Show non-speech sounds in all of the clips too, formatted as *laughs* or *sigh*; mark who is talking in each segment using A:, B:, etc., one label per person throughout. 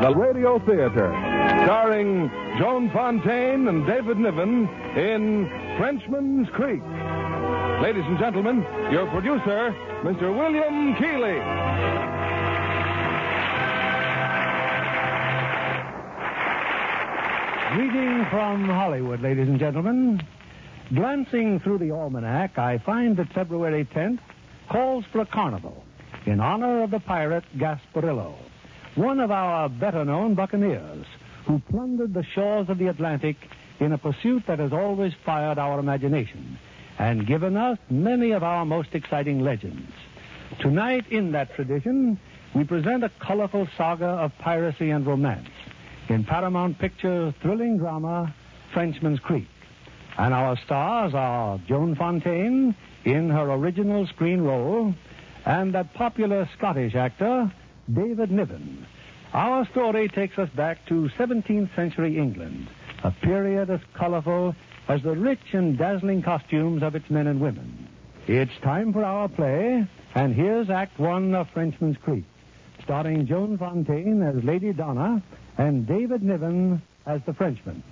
A: The Radio Theater, starring Joan Fontaine and David Niven in Frenchman's Creek. Ladies and gentlemen, your producer, Mr. William Keeley.
B: Greeting from Hollywood, ladies and gentlemen. Glancing through the almanac, I find that February 10th calls for a carnival in honor of the pirate Gasparillo, one of our better known buccaneers who plundered the shores of the Atlantic in a pursuit that has always fired our imagination and given us many of our most exciting legends. Tonight, in that tradition, we present a colorful saga of piracy and romance in Paramount Pictures' thrilling drama, Frenchman's Creek. And our stars are Joan Fontaine in her original screen role and that popular Scottish actor, David Niven. Our story takes us back to 17th century England, a period as colorful as the rich and dazzling costumes of its men and women. It's time for our play, and here's Act One of Frenchman's Creek, starring Joan Fontaine as Lady Donna and David Niven as the Frenchman.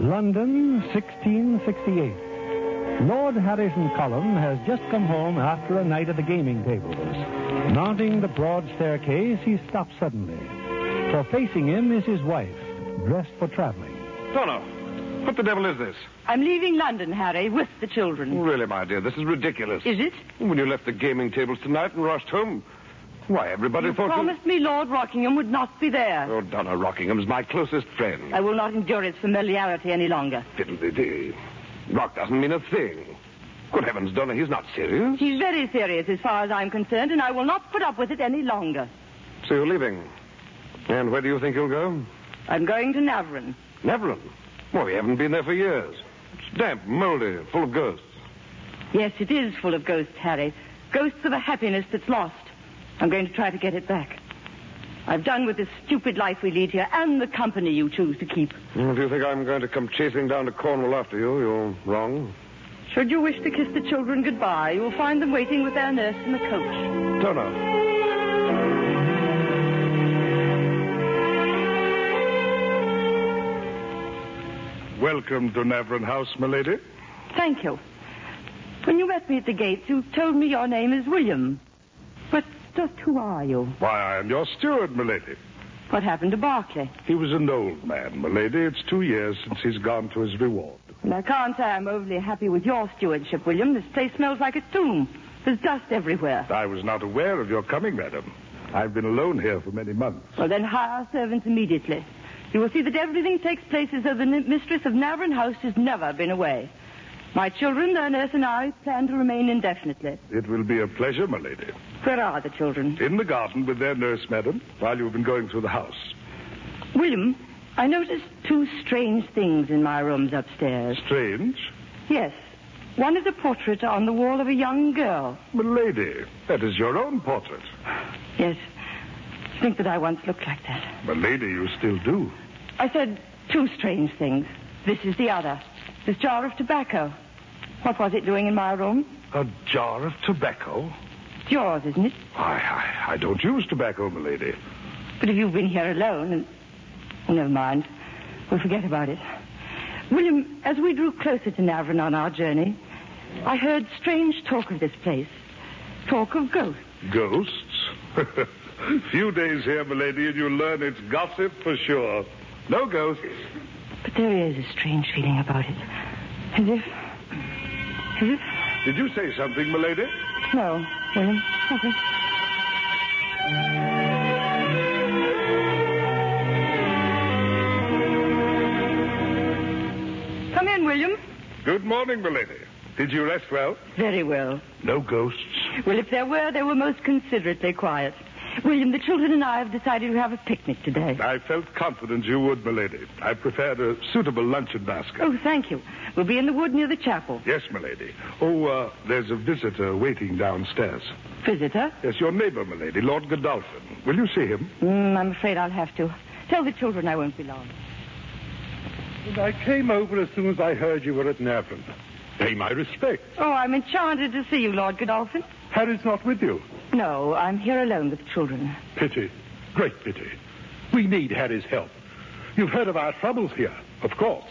B: London, 1668. Lord Harrison Column has just come home after a night at the gaming tables. Mounting the broad staircase, he stops suddenly. For facing him is his wife, dressed for traveling.
A: Donna, what the devil is this?
C: I'm leaving London, Harry, with the children.
A: Really, my dear, this is ridiculous.
C: Is it?
A: When you left the gaming tables tonight and rushed home, why, everybody
C: You
A: thought
C: promised me Lord Rockingham would not be there.
A: you... Oh, Donna Rockingham's my closest friend.
C: I will not endure his familiarity any longer.
A: Fiddle-de-dee. Rock doesn't mean a thing. Good heavens, Donna, he's not
D: Hmm?
A: serious.
C: He's very serious as far as I'm concerned, and I will not put up with it any longer.
A: So you're leaving. And where do you think you'll go?
C: I'm going to Navarin.
A: Neverin. Well, we haven't been there for years. It's damp, moldy, full of ghosts.
C: Yes, it is full of ghosts, Harry. Ghosts of a happiness that's lost. I'm going to try to get it back. I've done with this stupid life we lead here and the company you choose to keep.
A: If you think I'm going to come chasing down to Cornwall after you, you're wrong.
C: Should you wish to kiss the children goodbye, you will find them waiting with their nurse in the coach.
A: Donna.
D: Welcome to Navarin House, milady.
C: Thank you. When you met me at the gates, you told me your name is William. But just who are you?
D: Why, I am your steward, milady.
C: What happened to Barclay?
D: He was an old man, milady. It's two years since he's gone to his reward.
C: Well, I can't say I'm overly happy with your stewardship, William. This place smells like a tomb. There's dust everywhere.
D: I was not aware of your coming, madam. I've been alone here for many months.
C: Well, then hire servants immediately. You will see that everything takes place as though the n- mistress of Navarin House has never been away. My children, their nurse, and I plan to remain indefinitely.
D: It will be a pleasure, milady.
C: Where are the children?
D: In the garden with their nurse, madam, while you've been going through the house.
C: William, I noticed two strange things in my rooms upstairs.
D: Strange.
C: Yes. One is a portrait on the wall of a young girl.
D: Milady, that is your own portrait.
C: Yes. I think that I once looked like that.
D: Milady, you still do.
C: I said two strange things. This is the other. This jar of tobacco. What was it doing in my room?
D: A jar of tobacco?
C: It's yours, isn't it?
D: Why, I, I don't use tobacco, milady.
C: But if you've been here alone and... oh, Never mind. We'll forget about it. William, as we drew closer to Navarone on our journey, I heard strange talk of this place. Talk of ghosts.
D: Ghosts? *laughs* Few days here, milady, and you learn it's gossip for sure. No ghosts.
C: But there is a strange feeling about it. As if... As if...
D: Did you say something, milady?
C: No, William. Nothing. Come in, William.
D: Good morning, milady. Did you rest well?
C: Very well.
D: No ghosts.
C: Well, if there were, they were most considerately quiet. William, the children and I have decided to have a picnic today.
D: I felt confident you would, milady. I prepared a suitable luncheon basket.
C: Oh, thank you. We'll be in the wood near the chapel.
D: Yes, milady. Oh, uh, there's a visitor waiting downstairs.
C: Visitor?
D: Yes, your neighbor, milady, Lord Godolphin. Will you see him?
C: Mm, I'm afraid I'll have to. Tell the children I won't be long.
D: And I came over as soon as I heard you were at Navan. Pay my respects.
C: Oh, I'm enchanted to see you, Lord Godolphin.
D: Harry's not with you.
C: No, I'm here alone with the children.
D: Pity. Great pity. We need Harry's help. You've heard of our troubles here, of course.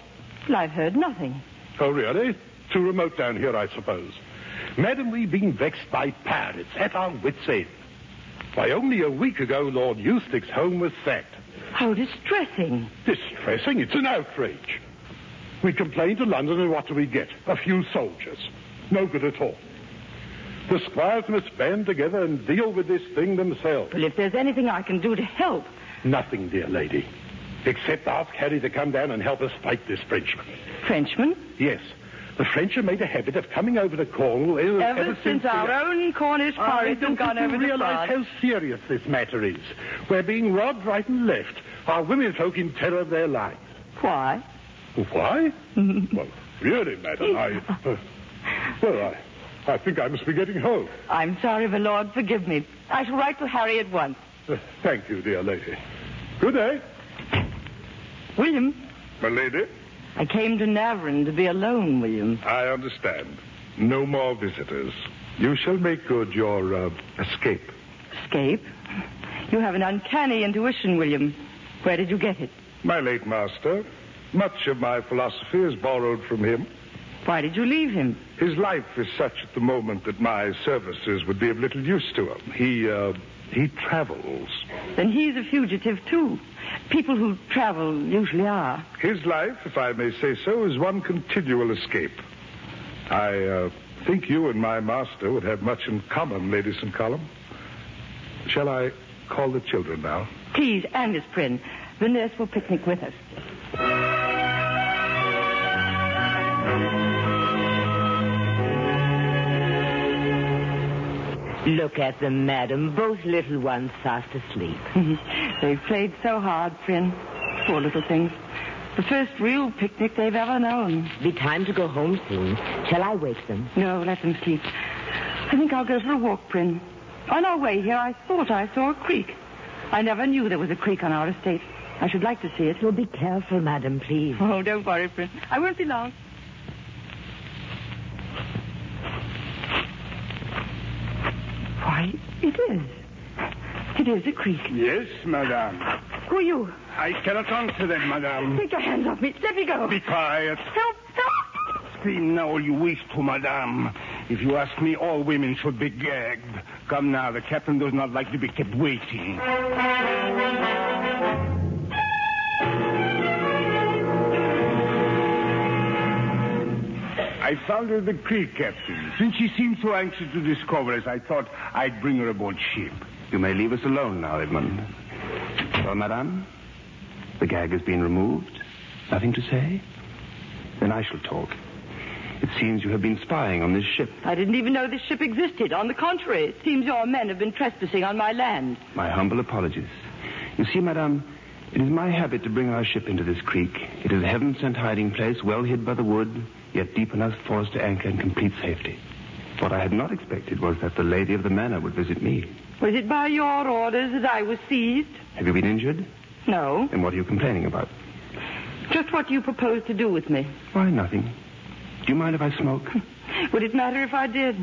C: Well, I've heard nothing.
D: Oh, really? Too remote down here, I suppose. Madam, we've been vexed by pirates at our wits' end. Why, only a week ago, Lord Eustace's home was sacked.
C: How distressing.
D: Distressing? It's an outrage. We complain to London, and what do we get? A few soldiers. No good at all. The squires must band together and deal with this thing themselves.
C: Well, if there's anything I can do to help,
D: Nothing, dear lady, except ask Harry to come down and help us fight this Frenchman.
C: Frenchman,
D: Yes, the French have made a habit of coming over to Cornwall ever,
C: ever, since, our own Cornish
D: I
C: pirates have
D: don't
C: gone
D: think
C: over
D: you
C: the side.
D: realize how serious this matter is. We're being robbed right and left. Our women folk in terror of their lives.
C: Why?
D: Why?
C: *laughs*
D: well, really, madam, I... uh, well, I, I think I must be getting home.
C: I'm sorry, my lord. Forgive me. I shall write to Harry at once.
D: Uh, thank you, dear lady. Good day.
C: William,
D: My lady,
C: I came to Navarin to be alone, William.
D: I understand. No more visitors. You shall make good your uh, escape.
C: Escape? You have an uncanny intuition, William. Where did you get it?
D: My late master, much of my philosophy is borrowed from him.
C: Why did you leave him?
D: His life is such at the moment that my services would be of little use to him. He, uh, he travels.
C: Then he's a fugitive, too. People who travel usually are.
D: His life, if I may say so, is one continual escape. I, uh, think you and my master would have much in common, Lady St. Column. Shall I call the children now?
C: Please, and Miss Prynne. The nurse will picnic with us.
E: Look at them, madam. Both little ones fast asleep.
C: *laughs* they've played so hard, Prynne. Poor little things. The first real picnic they've ever known.
E: Be time to go home soon. Shall I wake them?
C: No, let them sleep. I think I'll go for a walk, Prynne. On our way here, I thought I saw a creek. I never knew there was a creek on our estate. I should like to see it.
E: So be careful, madam, please.
C: Oh, don't worry, *laughs* Prynne. I won't be long. Why, it is. It is a creek.
D: Yes, madame.
C: Who are you?
D: I cannot answer them, madame.
C: Take your hands off me. Let me go.
D: quiet.
C: Help! Help!
D: Scream now all you wish to, madame. If you ask me, all women should be gagged. Come now, the captain does not like to be kept waiting. I found her the creek, Captain. Since she seemed so anxious to discover us, I thought I'd bring her aboard ship.
F: You may leave us alone now, Edmund. Well, madame, the gag has been removed. Nothing to say? Then I shall talk. It seems you have been spying on this ship.
C: I didn't even know this ship existed. On the contrary, it seems your men have been trespassing on my land.
F: My humble apologies. You see, madame, it is my habit to bring our ship into this creek. It is a heaven sent hiding place, well hid by the wood, yet deep enough for us to anchor in complete safety. What I had not expected was that the lady of the manor would visit me.
C: Was it by your orders that I was seized?
F: Have you been injured?
C: No.
F: Then what are you complaining about?
C: Just what do you propose to do with me?
F: Why, nothing. Do you mind if I smoke?
C: Would it matter if I did?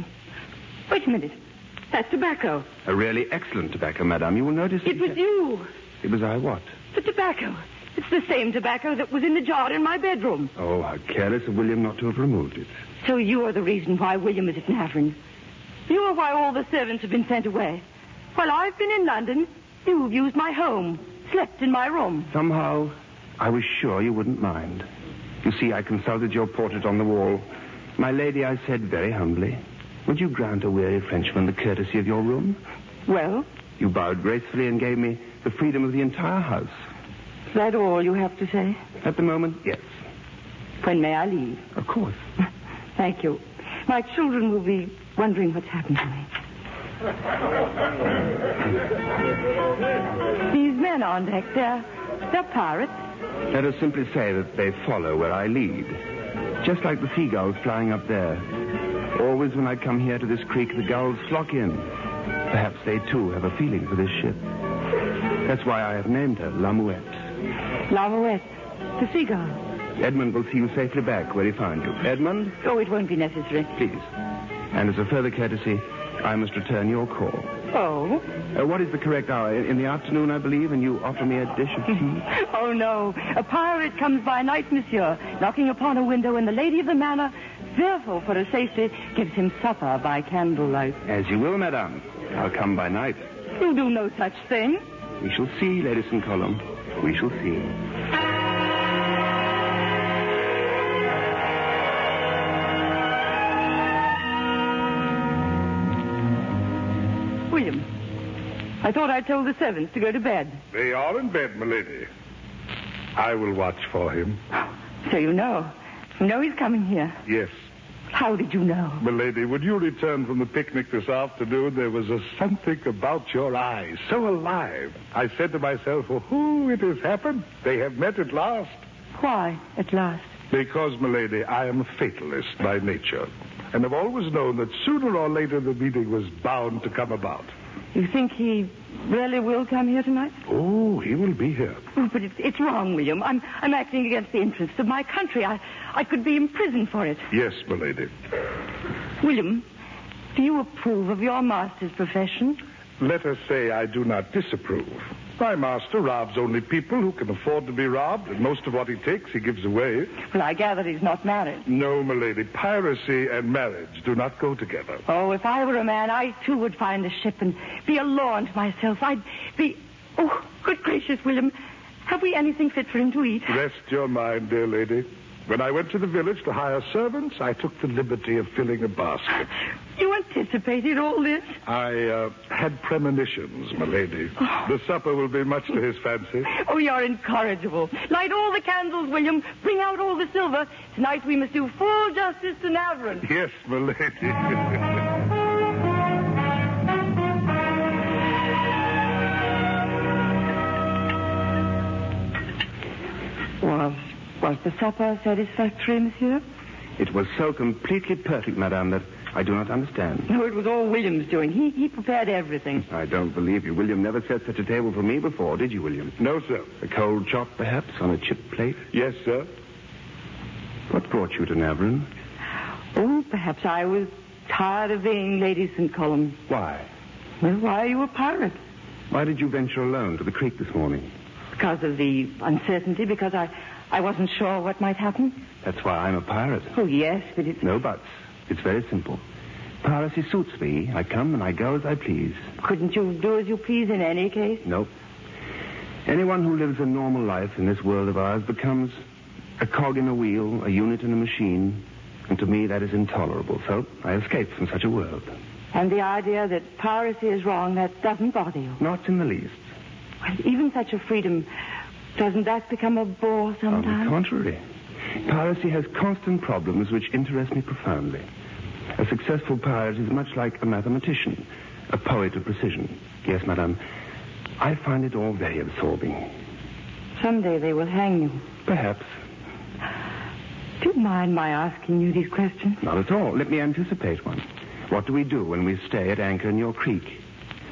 C: Wait a minute. That's tobacco.
F: a really excellent tobacco, madame. You will notice.
C: It was you.
F: It was I what?
C: The tobacco. It's the same tobacco that was in the jar in my bedroom.
F: Oh, how careless of William not to have removed it.
C: So you are the reason why William is at Navrin. You are why all the servants have been sent away. While I've been in London, you've used my home, slept in my room.
F: Somehow, I was sure you wouldn't mind. You see, I consulted your portrait on the wall. My lady, I said very humbly, would you grant a weary Frenchman the courtesy of your room?
C: Well,
F: You bowed gracefully and gave me the freedom of the entire house.
C: is that all you have to say?
F: At the moment, yes.
C: When may I leave?
F: Of course.
C: *laughs* Thank you. My children will be wondering what's happened to me. These men on deck, they're, they're pirates.
F: Let us simply say that they follow where I lead. Just like the seagulls flying up there. Always when I come here to this creek, the gulls flock in. Perhaps they too have a feeling for this ship. That's why I have named her La Mouette.
C: La Mouette, the seagull.
F: Edmund will see you safely back where he found you. Edmund,
C: Oh, it won't be necessary.
F: please. And as a further courtesy, I must return your call.
C: Oh?
F: Uh, what is the correct hour? In the afternoon, I believe, and you offer me a dish of tea?
C: Oh, no. A pirate comes by night, monsieur, knocking upon a window, and the lady of the manor, fearful for his safety, gives him supper by candlelight.
F: As you will, madame. I'll come by night.
C: You do no such thing.
F: We shall see, Lady St. Column. We shall see.
C: William, I thought I told the servants to go to bed.
D: They are in bed, my lady. I will watch for him.
C: So you know. You know he's coming here.
D: Yes.
C: How did you know?
D: My lady, when you returned from the picnic this afternoon, there was a something about your eyes, so alive. I said to myself, oh, who it has happened. They have met at last.
C: Why, at last?
D: Because, my lady, I am a fatalist by nature, and have always known that sooner or later the meeting was bound to come about.
C: You think he really will come here tonight?
D: Oh, he will be here.
C: Oh, but it's, it's wrong, William. I'm, I'm acting against the interests of my country. I, I could be imprisoned for it.
D: Yes, my lady.
C: William, do you approve of your master's profession?
D: Let us say I do not disapprove. My master robs only people who can afford to be robbed, and most of what he takes he gives away.
C: Well, I gather he's not married.
D: No, my lady, piracy and marriage do not go together.
C: Oh, if I were a man, I too would find a ship and be a lawn to myself. I'd be. Oh, good gracious, William. Have we anything fit for him to eat?
D: Rest your mind, dear lady. When I went to the village to hire servants, I took the liberty of filling a basket.
C: You anticipated all this?
D: I uh, had premonitions, my lady. The supper will be much to his fancy.
C: Oh, you're incorrigible. Light all the candles, William. Bring out all the silver. Tonight we must do full justice to Navarin.
D: Yes, my *laughs* lady.
C: Was, was the supper satisfactory, monsieur?
F: It was so completely perfect, madame, that I do not understand.
C: No, it was all William's doing. He, he prepared everything.
F: I don't believe you. William never set such a table for me before, did you, William?
D: no, sir.
F: A cold chop, perhaps, on a chip plate?
D: Yes, sir.
F: What brought you to Navarin?
C: Oh, perhaps I was tired of being Lady St. Column.
F: Why?
C: Well, why are you a pirate?
F: Why did you venture alone to the creek this morning?
C: Because of the uncertainty, because I, I wasn't sure what might happen.
F: That's why I'm a pirate.
C: Oh, yes, but it's...
F: No buts. It's very simple. Piracy suits me. I come and I go as I please.
C: Couldn't you do as you please in any case?
F: Nope. Anyone who lives a normal life in this world of ours becomes a cog in a wheel, a unit in a machine, and to me that is intolerable. So I escape from such a world.
C: And the idea that piracy is wrong, that doesn't bother you.
F: Not in the least.
C: Well, even such a freedom, doesn't that become a bore
F: On the
C: sometimes?
F: contrary. Piracy has constant problems which interest me profoundly. A successful pirate is much like a mathematician, a poet of precision. Yes, madame, I find it all very absorbing.
C: Someday they will hang you.
F: Perhaps.
C: Do you mind my asking you these questions?
F: Not at all. Let me anticipate one. What do we do when we stay at anchor in your creek?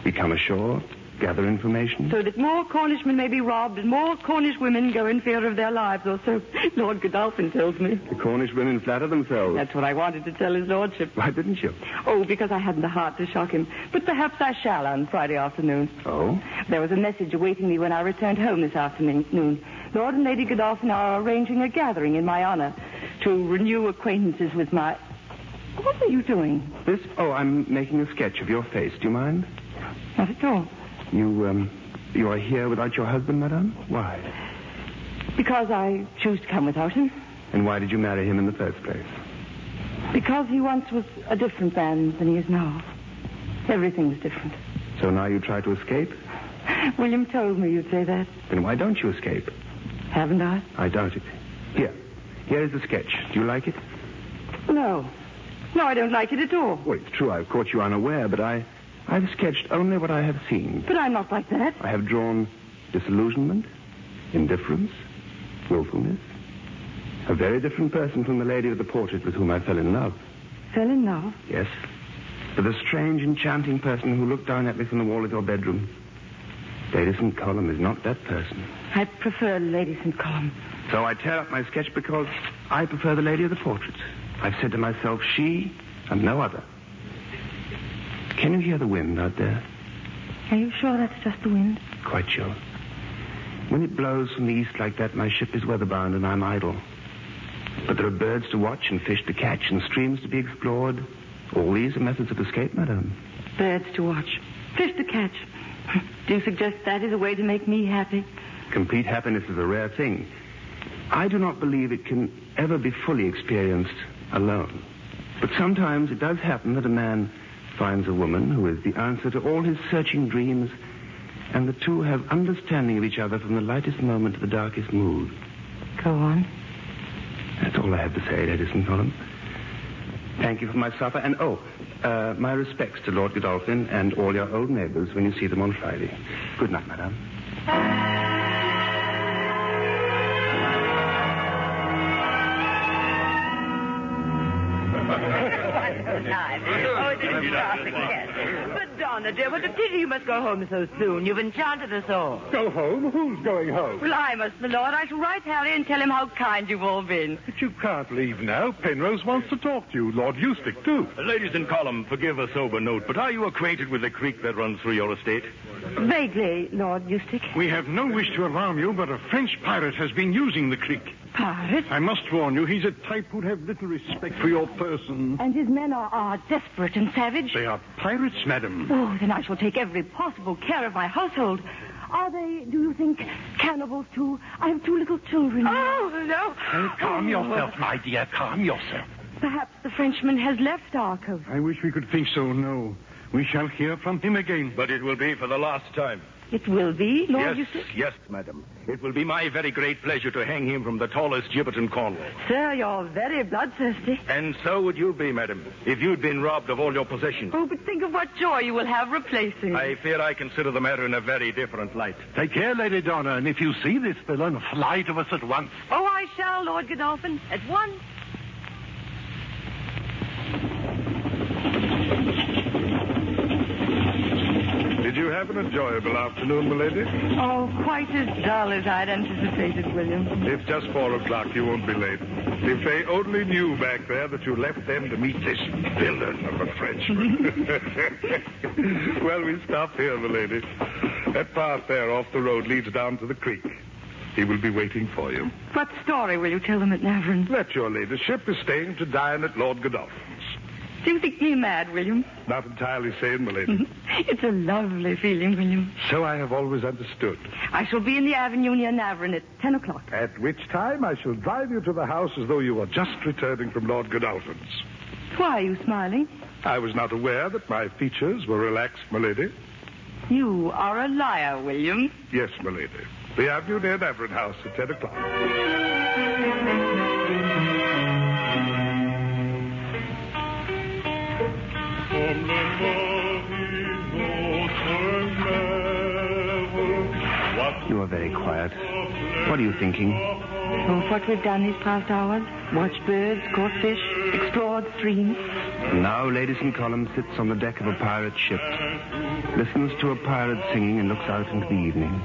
F: We come ashore, gather information.
C: So that more Cornishmen may be robbed and more Cornish women go in fear of their lives, or so *laughs* Lord Godolphin tells me.
F: The Cornish women flatter themselves.
C: That's what I wanted to tell his lordship.
F: Why didn't you?
C: Oh, because I hadn't the heart to shock him. But perhaps I shall on Friday afternoon.
F: Oh?
C: There was a message awaiting me when I returned home this afternoon. Lord and Lady Godolphin are arranging a gathering in my honor to renew acquaintances with my. What are you doing?
F: This? Oh, I'm making a sketch of your face. Do you mind?
C: Not at all.
F: You, um, you are here without your husband, madame? Why?
C: Because I choose to come without him.
F: And why did you marry him in the first place?
C: Because he once was a different man than he is now. Everything was different.
F: So now you try to escape?
C: William told me you'd say that,
F: Then why don't you escape?
C: haven't I?
F: I doubt it. Here. Here is the sketch. Do you like it?
C: No. No, I don't like it at all.
F: Well, Oh, it's true I've caught you unaware, but I, I've sketched only what I have seen.
C: But I'm not like that.
F: I have drawn disillusionment, indifference, willfulness. A very different person from the lady of the portrait with whom I fell in love.
C: Fell in love.
F: Yes. With a strange, enchanting person who looked down at me from the wall of your bedroom. Lady St. Column is not that person.
C: I prefer Lady St. Column.
F: So I tear up my sketch because I prefer the lady of the portrait. I've said to myself, she and no other. Can you hear the wind out there?
C: Are you sure that's just the wind?
F: Quite sure. When it blows from the east like that, my ship is weatherbound and I'm idle. But there are birds to watch and fish to catch and streams to be explored. All these are methods of escape, madame.
C: Birds to watch, fish to catch. *laughs* Do you suggest that is a way to make me happy?
F: Complete happiness is a rare thing. I do not believe it can ever be fully experienced alone. But sometimes it does happen that a man finds a woman who is the answer to all his searching dreams, and the two have understanding of each other from the lightest moment to the darkest mood.
C: Go on.
F: That's all I have to say, Lady St. Column. Thank you for my supper, and oh, uh, my respects to Lord Godolphin and all your old neighbors when you see them on Friday. Good night, madame.
E: Nice. Oh, it's a lovely guest. But Donna, dear, what a pity you must go home so soon. You've enchanted us all.
A: Go home? Who's going home?
E: Well, I must, my lord. I shall write Harry and tell him how kind you've all been.
A: But you can't leave now. Penrose wants to talk to you. Lord Eustace, too.
G: Ladies in column, forgive a sober note, but are you acquainted with the creek that runs through your estate?
C: Vaguely, Lord Eustace.
G: We have no wish to alarm you, but a French pirate has been using the creek.
C: Pirate?
G: I must warn you, he's a type who'd have little respect for your person.
C: And his men are, are desperate and savage.
G: They are pirates, madam.
C: Oh, then I shall take every possible care of my household. Are they, do you think, cannibals too? I have two little children.
E: Oh, no.
G: Calm yourself, my dear. Calm yourself.
C: Perhaps the Frenchman has left our coast.
G: I wish we could think so. No. We shall hear from him again.
H: But it will be for the last time.
C: It will be, Lord
H: yes,
C: Eustace.
H: yes, madam. It will be my very great pleasure to hang him from the tallest gibbet in Cornwall.
C: Sir, you're very bloodthirsty.
H: And so would you be, madam, if you'd been robbed of all your possessions.
C: Oh, but think of what joy you will have replacing.
H: I fear I consider the matter in a very different light.
G: Take care, Lady Donna, and if you see this villain, fly to us at once.
C: Oh, I shall, Lord Godolphin, at once.
D: Did you have an enjoyable afternoon, milady?
C: Oh, quite as dull as I'd anticipated, William.
D: It's just four o'clock. You won't be late. If they only knew back there that you left them to meet this villain of a Frenchman. *laughs* well, we stop here, milady. That path there off the road leads down to the creek. He will be waiting for you.
C: What story will you tell them at Navarin?
D: That your ladyship is staying to dine at Lord Godolphin.
C: Do you think me mad, William?
D: Not entirely sane, milady.
C: Mm-hmm. It's a lovely feeling, William.
D: so I have always understood.
C: I shall be in the avenue near Navarin at 10 o'clock.
D: At which time I shall drive you to the house as though you were just returning from Lord Godolphin's.
C: Why are you smiling?
D: I was not aware that my features were relaxed, milady.
C: You are a liar, William.
D: Yes, milady. The avenue near Navarin House at 10 o'clock.
F: You are very quiet. What are you thinking?
C: Of Oh, what we've done these past hours watched birds, caught fish, explored streams.
F: Now, Lady St. Column sits on the deck of a pirate ship, listens to a pirate singing, and looks out into the evening.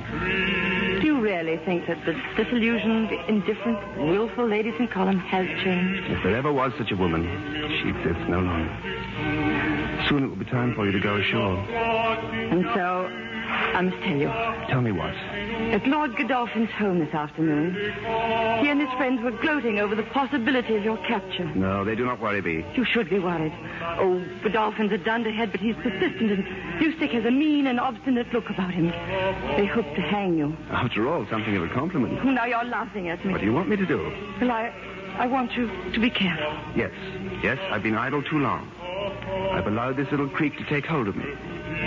C: Do you really think that the disillusioned, indifferent, willful Lady St. Column has changed?
F: If there ever was such a woman, she exists no longer. Soon it will be time for you to go ashore.
C: And so, I must tell you.
F: Tell me what.
C: At Lord Godolphin's home this afternoon, he and his friends were gloating over the possibility of your capture.
F: No, they do not worry me.
C: You should be worried. Oh, Godolphin's a dunderhead, but he's persistent, and Eustace has a mean and obstinate look about him. They hope to hang you.
F: After all, something of a compliment.
C: Now you're laughing at me.
F: What do you want me to do?
C: Well, I, I want you to be careful.
F: Yes, yes, I've been idle too long. I've allowed this little creek to take hold of me.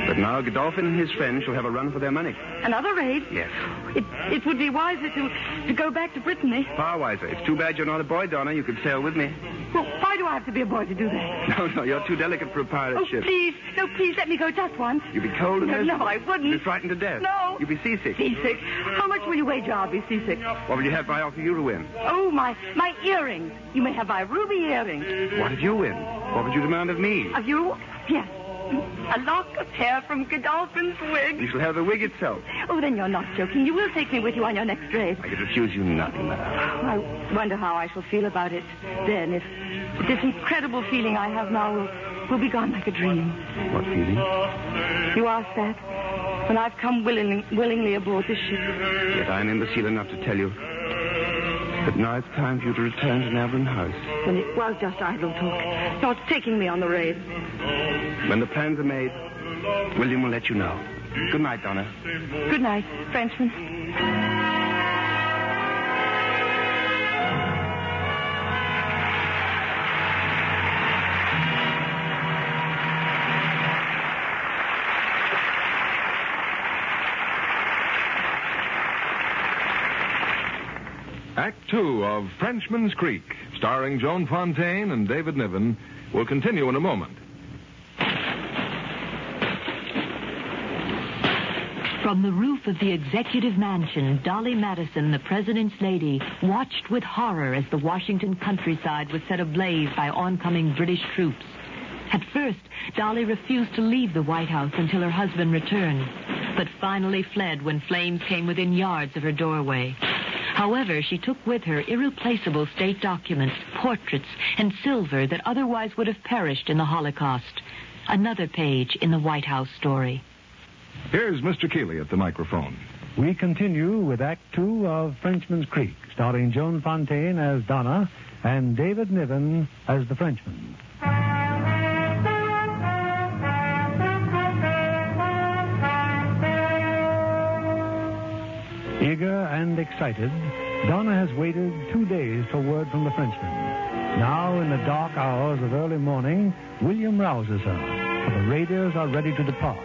F: But now Godolphin and his friends shall have a run for their money.
C: Another raid?
F: Yes.
C: It, it would be wiser to, to go back to eh? Brittany.
F: Far wiser. It's too bad you're not a boy, Donna. You could sail with me.
C: Well, why do I have to be a boy to do that?
F: *laughs* No, no, you're too delicate for a pirate
C: Oh,
F: ship.
C: please. No, please, let me go just once.
F: You'd be cold and
C: No,
F: miserable.
C: no, I wouldn't.
F: You'd be frightened to death.
C: No.
F: You'd be seasick.
C: Seasick. How much will you wager I'll be seasick?
F: What will you have if I offer you to win?
C: Oh, my, my earrings. You may have my ruby earrings.
F: What if you win? What would you demand of me?
C: Of you? Yes. A lock of hair from Godolphin's
F: You
C: wig.
F: shall have the wig itself.
C: Oh, then you're not joking. You will take me with you on your next raid.
F: I could refuse you nothing, madam.
C: I wonder how I shall feel about it then if this incredible feeling I have now will, will be gone like a dream.
F: What feeling?
C: You asked that when I've come willing, willingly aboard this ship.
F: Yet I'm imbecile enough to tell you. But now it's time for you to return to Navarone House.
C: When it was just idle talk. Not taking me on the raid.
F: When the plans are made, William will let you know. Good night, Donna.
C: Good night, Frenchman.
A: Act two of Frenchman's Creek, starring Joan Fontaine and David Niven, will continue in a moment.
I: From the roof of the executive mansion, Dolly Madison, the president's lady, watched with horror as the Washington countryside was set ablaze by oncoming British troops. At first, Dolly refused to leave the White House until her husband returned, but finally fled when flames came within yards of her doorway. However, she took with her irreplaceable state documents, portraits, and silver that otherwise would have perished in the Holocaust. Another page in the White House story.
A: Here's Mr. Keeley at the microphone.
B: We continue with Act Two of Frenchman's Creek, starring Joan Fontaine as Donna and David Niven as the Frenchman. Eager and excited, Donna has waited two days for word from the Frenchman. Now, in the dark hours of early morning, William rouses her, for the raiders are ready to depart.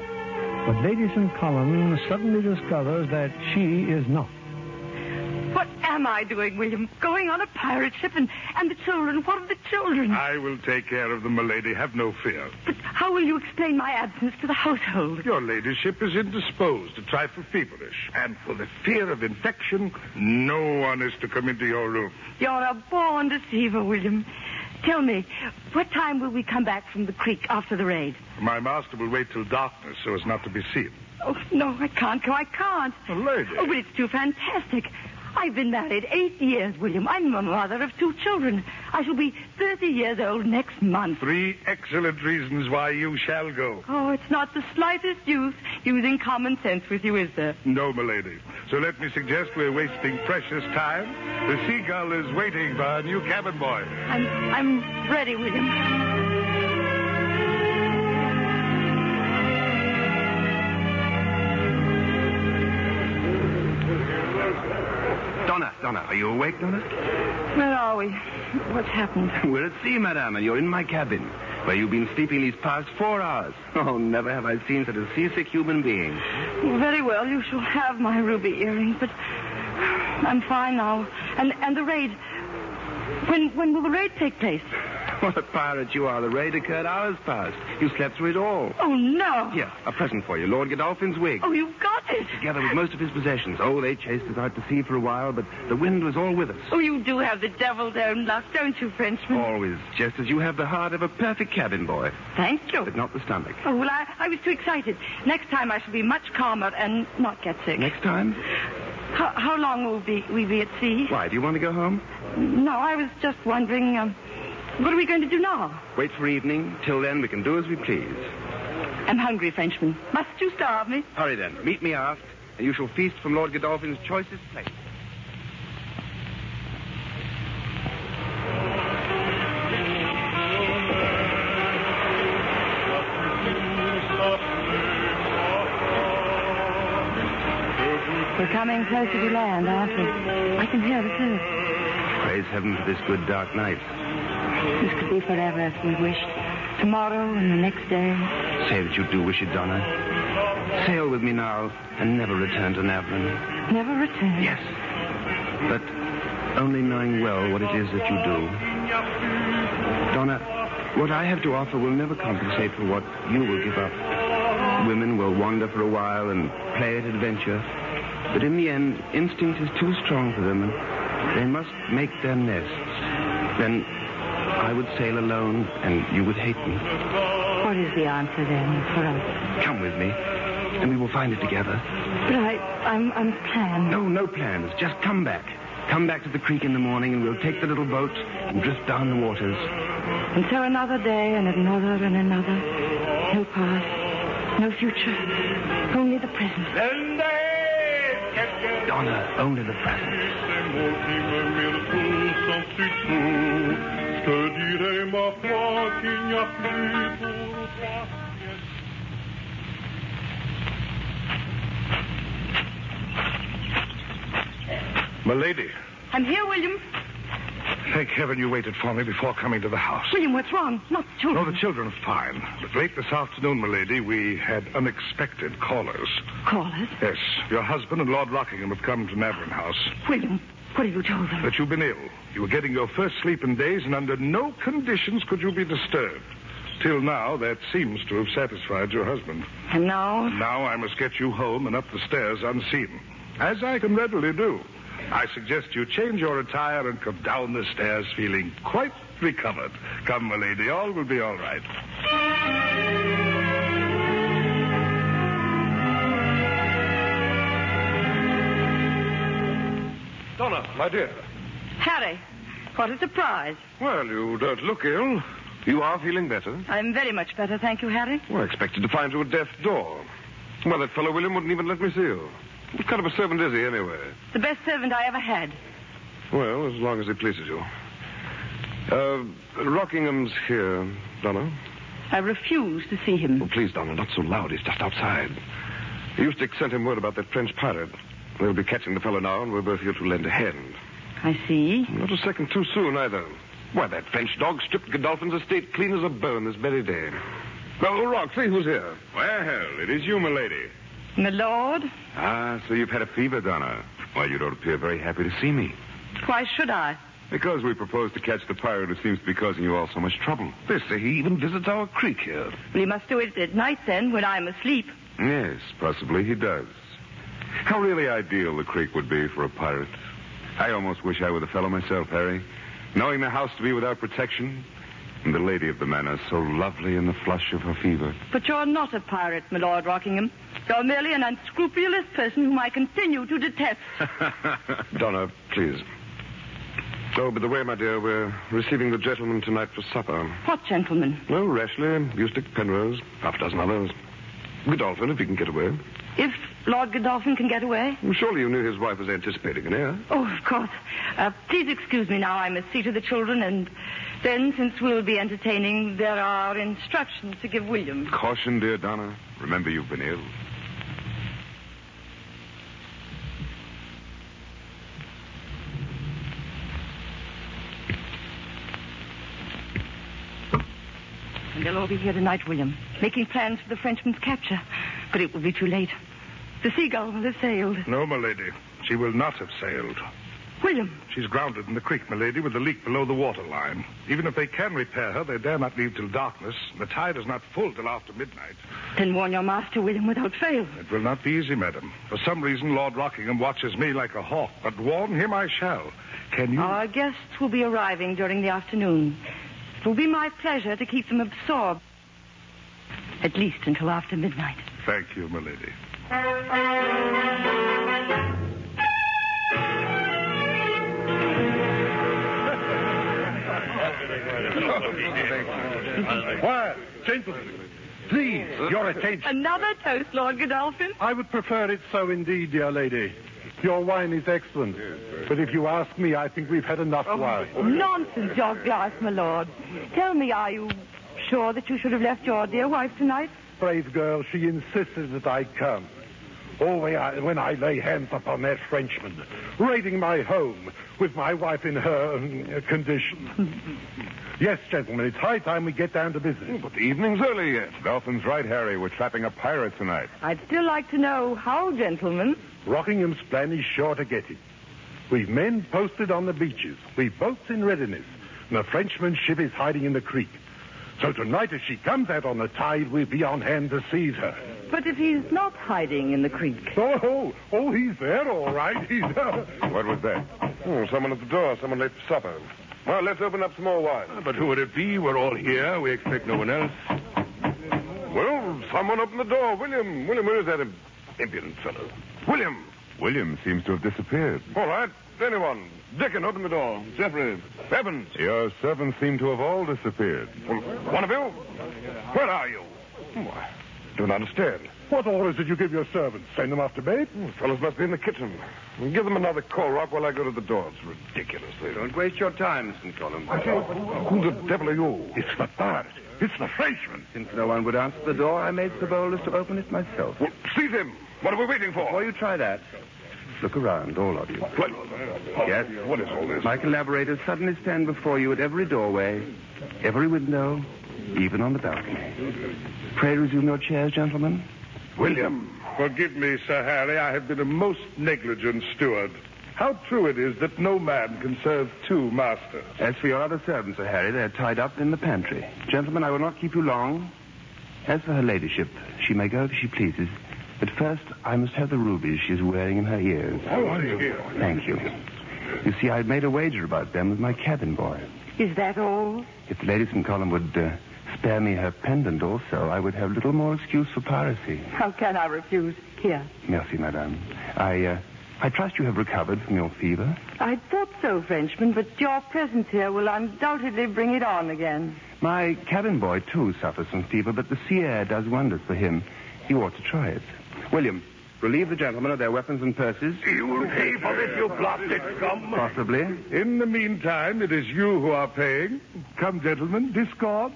B: But Lady St. Column suddenly discovers that she is not.
C: What am I doing, William? Going on a pirate ship and, and the children. What of the children?
D: I will take care of them, my lady. Have no fear.
C: But how will you explain my absence to the household?
D: Your ladyship is indisposed, a trifle feverish, and for the fear of infection, no one is to come into your room.
C: You're a born deceiver, William. Tell me, what time will we come back from the creek after the raid?
D: My master will wait till darkness so as not to be seen.
C: Oh, no, I can't go. I can't.
D: A lady.
C: Oh, but it's too fantastic. I've been married eight years, William. I'm a mother of two children. I shall be 30 years old next month.
D: Three excellent reasons why you shall go.
C: Oh, it's not the slightest use using common sense with you, is there?
D: No, my lady. So let me suggest we're wasting precious time. The seagull is waiting for our new cabin boy.
C: I'm, I'm ready, William.
F: Donna, Donna, are you awake, Donna?
C: Where are we? What's happened?
F: We're at sea, madame, and you're in my cabin, where you've been sleeping these past four hours. Oh, never have I seen such a seasick human being.
C: Well, very well. You shall have my ruby earring, but I'm fine now. And and the raid. When when will the raid take place?
F: What a pirate you are. The raid occurred hours past. You slept through it all.
C: Oh, no.
F: Here, a present for you. Lord Godolphin's wig.
C: Oh, you've got it.
F: Together with most of his possessions. Oh, they chased us out to sea for a while, but the wind was all with us.
C: Oh, you do have the devil's own luck, don't you, Frenchman?
F: Always, just as you have the heart of a perfect cabin boy.
C: Thank you.
F: But not the stomach.
C: Oh, well, I, I was too excited. Next time I shall be much calmer and not get sick.
F: Next time?
C: How, how long will be, we be at sea?
F: Why, do you want to go home?
C: No, I was just wondering, um, what are we going to do now?
F: Wait for evening. Till then, we can do as we please.
C: I'm hungry, Frenchman. Must you starve me?
F: Hurry then. Meet me aft, and you shall feast from Lord Godolphin's choicest plate.
C: We're coming closer to land, aren't we? I can hear the surf.
F: Praise heaven for this good dark night.
C: This could be forever if we wished. Tomorrow and the next day.
F: Say that you do wish it, Donna. Sail with me now and never return to Navran.
C: Never return.
F: Yes. But only knowing well what it is that you do. Donna, what I have to offer will never compensate for what you will give up. Women will wander for a while and play at adventure. But in the end, instinct is too strong for them, and they must make their nests. Then I would sail alone, and you would hate me.
C: What is the answer then for us?
F: Come with me, and we will find it together.
C: But I, I'm, I'm planned.
F: No, no plans. Just come back. Come back to the creek in the morning, and we'll take the little boat and drift down the waters.
C: And so another day and another and another. No past, no future, only the present.
F: Donna, only the present.
D: Milady,
C: I'm here, William.
D: thank heaven you waited for me before coming to the house.
C: William, what's wrong? Not the children.
D: No, the children are fine. But late this afternoon, milady, we had unexpected callers.
C: Callers?
D: Yes, your husband and Lord Rockingham have come to Navran House.
C: William, what have you told them?
D: That you've been ill. You were getting your first sleep in days, and under no conditions could you be disturbed. Till now, that seems to have satisfied your husband.
C: And now?
D: Now I must get you home and up the stairs unseen, as I can readily do. I suggest you change your attire and come down the stairs feeling quite recovered. Come, my lady, all will be all right. Donna, my dear.
C: Harry, what a surprise.
D: Well, you don't look ill. You are feeling better?
C: I'm very much better, thank you, Harry.
D: Well, I expected to find you at death's door. Well, that fellow William wouldn't even let me see you. What kind of a servant is he, anyway?
C: The best servant I ever had.
D: Well, as long as it pleases you. Uh, Rockingham's here, Donna.
C: I refuse to see him.
D: Oh, please, Donna, not so loud. He's just outside. Eustace sent him word about that French pirate. They'll be catching the fellow now, and we're both here to lend a hand.
C: I see.
D: Not a second too soon, either. Why, that French dog stripped Godolphin's estate clean as a bone this very day. Well, Rock, see who's here.
J: Well, it is you, milady.
C: My lord,
F: Ah, so you've had a fever, Donna. Why, you don't appear very happy to see me.
C: why should I?
F: Because we propose to catch the pirate who seems to be causing you all so much trouble.
D: This, he even visits our creek here.
C: Well, you must do it at night then, when I'm asleep.
F: Yes, possibly he does.
J: How really ideal the creek would be for a pirate.
F: I almost wish I were the fellow myself, Harry. Knowing the house to be without protection, and the lady of the manor so lovely in the flush of her fever.
C: But you're not a pirate, my lord Rockingham. You're merely an unscrupulous person whom I continue to detest.
D: *laughs* Donna, please. Oh, by the way, my dear, we're receiving the gentlemen tonight for supper.
C: What gentleman?
D: No, Rashleigh, Eustace, Penrose, half a dozen others. Godolphin, if he can get away.
C: If Lord Godolphin can get away?
D: Surely you knew his wife was anticipating an heir.
C: Oh, of course. Uh, please excuse me now. I must see to the children, and then, since we'll be entertaining, there are instructions to give William.
F: Caution, dear Donna. Remember you've been ill.
C: And they'll all be here tonight, William, making plans for the Frenchman's capture. But it will be too late. The seagull will have sailed.
D: No, my lady. She will not have sailed.
C: William.
D: She's grounded in the creek, milady, with the leak below the water line. Even if they can repair her, they dare not leave till darkness. and The tide is not full till after midnight.
C: Then warn your master, William, without fail.
D: It will not be easy, madam. For some reason, Lord Rockingham watches me like a hawk, but warn him I shall. Can you?
C: Our guests will be arriving during the afternoon. It will be my pleasure to keep them absorbed, at least until after midnight.
D: Thank you, milady.
K: Quiet, gentlemen. Please, your attention.
E: Another toast, Lord Godolphin.
K: I would prefer it so indeed, dear lady. Your wine is excellent. But if you ask me, I think we've had enough wine.
C: Nonsense, your glass, my lord. Tell me, are you sure that you should have left your dear wife tonight?
K: Brave girl, she insisted that I come. Oh, when I, when I lay hands upon that Frenchman, raiding my home with my wife in her um, condition. yes, gentlemen, it's high time we get down to business.
L: But the evening's early yet. Dolphin's right, Harry. We're trapping a pirate tonight.
C: I'd still like to know how, gentlemen.
K: Rockingham's plan is sure to get him. We've men posted on the beaches, we've boats in readiness, and the Frenchman's ship is hiding in the creek. So tonight, if she comes out on the tide, we'll be on hand to seize her. *laughs*
C: But if he's not hiding in the creek.
K: Oh, oh, oh he's there, all right. He's there.
L: What was that? Oh, someone at the door. Someone late for supper. Well, let's open up some more wine.
J: Ah,
G: But who would it be? We're all here. We expect no one else.
L: Well, someone open the door. William. William, where is that im- impudent fellow? William.
F: William seems to have disappeared.
L: All right. Anyone. Dickon, open the door. Jeffrey. Evans.
F: Your servants seem to have all disappeared.
L: One of you. Where are you? Why, I do not understand.
K: What orders did you give your servants? Send them off to bed?
L: The Hmm, fellows must be in the kitchen. Give them another coal rock while I go to the door. It's ridiculous. They don't waste your time, Mr. Collins.
F: Who the devil are you?
L: It's the pirate. It's the Frenchman.
F: Since no one would answer the door, I made so bold as to open it myself.
L: Well, seize him. What are we waiting for?
F: Before you try that, look around, all of you.
L: What?
F: Yes.
L: What is all this?
F: My collaborators suddenly stand before you at every doorway, every window, even on the balcony. Pray resume your chairs, gentlemen.
D: William. Forgive me, Sir Harry. I have been a most negligent steward. How true it is that no man can serve two masters.
F: As for your other servants, Sir Harry, they're tied up in the pantry. Gentlemen, I will not keep you long. As for her ladyship, she may go if she pleases. But first, I must have the rubies she's wearing in her ears.
L: Oh, I do.
F: Thank you. You see, I'd made a wager about them with my cabin boy.
C: Is that all?
F: If the lady St. Column would uh, spare me her pendant also, I would have little more excuse for piracy.
C: How can I refuse? Here.
F: Merci, madame. I, uh, I trust you have recovered from your fever.
C: I thought so, Frenchman, but your presence here will undoubtedly bring it on again.
F: My cabin boy, too, suffers from fever, but the sea air does wonders for him. You ought to try it. William, relieve the gentlemen of their weapons and purses.
G: You'll pay for this, you blasted scum.
F: Possibly.
D: In the meantime, it is you who are paying. Come, gentlemen, disgorge.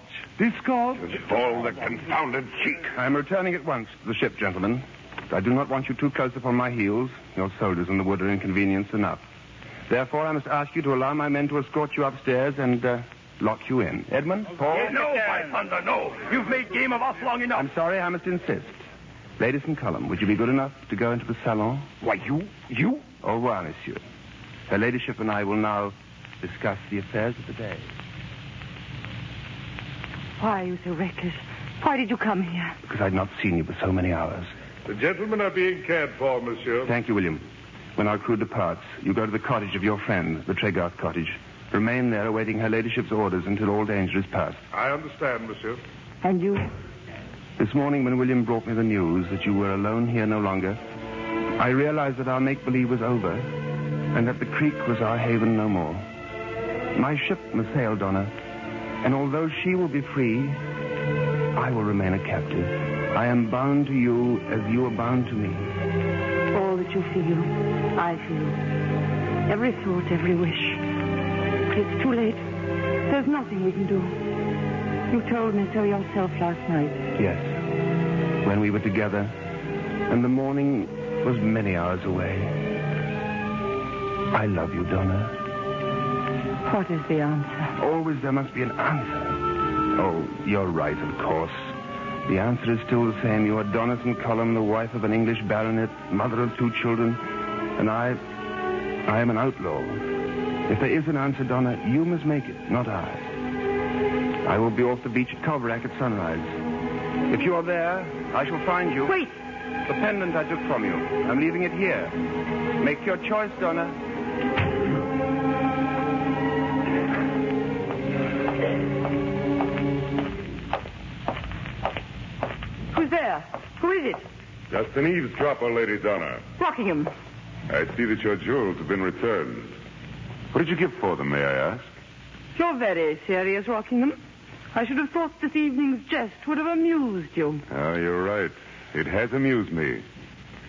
D: Disgorge.
L: All the confounded cheek.
F: I am returning at once to the ship, gentlemen. I do not want you too close upon my heels. Your soldiers in the wood are inconvenienced enough. Therefore, I must ask you to allow my men to escort you upstairs and uh, lock you in. Edmund, Paul?
G: No, by thunder, no. You've made game of us long enough.
F: I'm sorry, I must insist. Ladies and Cullum, would you be good enough to go into the salon?
L: Why, you? You?
F: Au revoir, monsieur. Her ladyship and I will now discuss the affairs of the day.
C: Why are you so reckless? Why did you come here?
F: Because I'd not seen you for so many hours.
D: The gentlemen are being cared for, monsieur.
F: Thank you, William. When our crew departs, you go to the cottage of your friend, the Tregarth cottage. Remain there awaiting her ladyship's orders until all danger is past.
D: I understand, monsieur.
C: And you?
F: This morning, when William brought me the news that you were alone here no longer, I realized that our make believe was over and that the creek was our haven no more. My ship must sail, Donna, and although she will be free, I will remain a captive. I am bound to you as you are bound to me.
C: All that you feel, I feel. Every thought, every wish. But it's too late. There's nothing we can do. You told me so yourself last night.
F: Yes, when we were together, and the morning was many hours away. I love you, Donna.
C: What is the answer?
F: Always there must be an answer. Oh, you're right, of course. The answer is still the same. You are Donna St. Column, the wife of an English baronet, mother of two children, and I. I am an outlaw. If there is an answer, Donna, you must make it, not I. I will be off the beach at Colverack at sunrise. If you are there, I shall find you.
C: Wait!
F: The pendant I took from you. I'm leaving it here. Make your choice, Donna.
C: Who's there? Who is it?
J: Just an eavesdropper, Lady Donna.
C: Rockingham.
J: I see that your jewels have been returned. What did you give for them, may I ask?
C: You're very serious, Rockingham. I should have thought this evening's jest would have amused you.
J: Oh, you're right. It has amused me.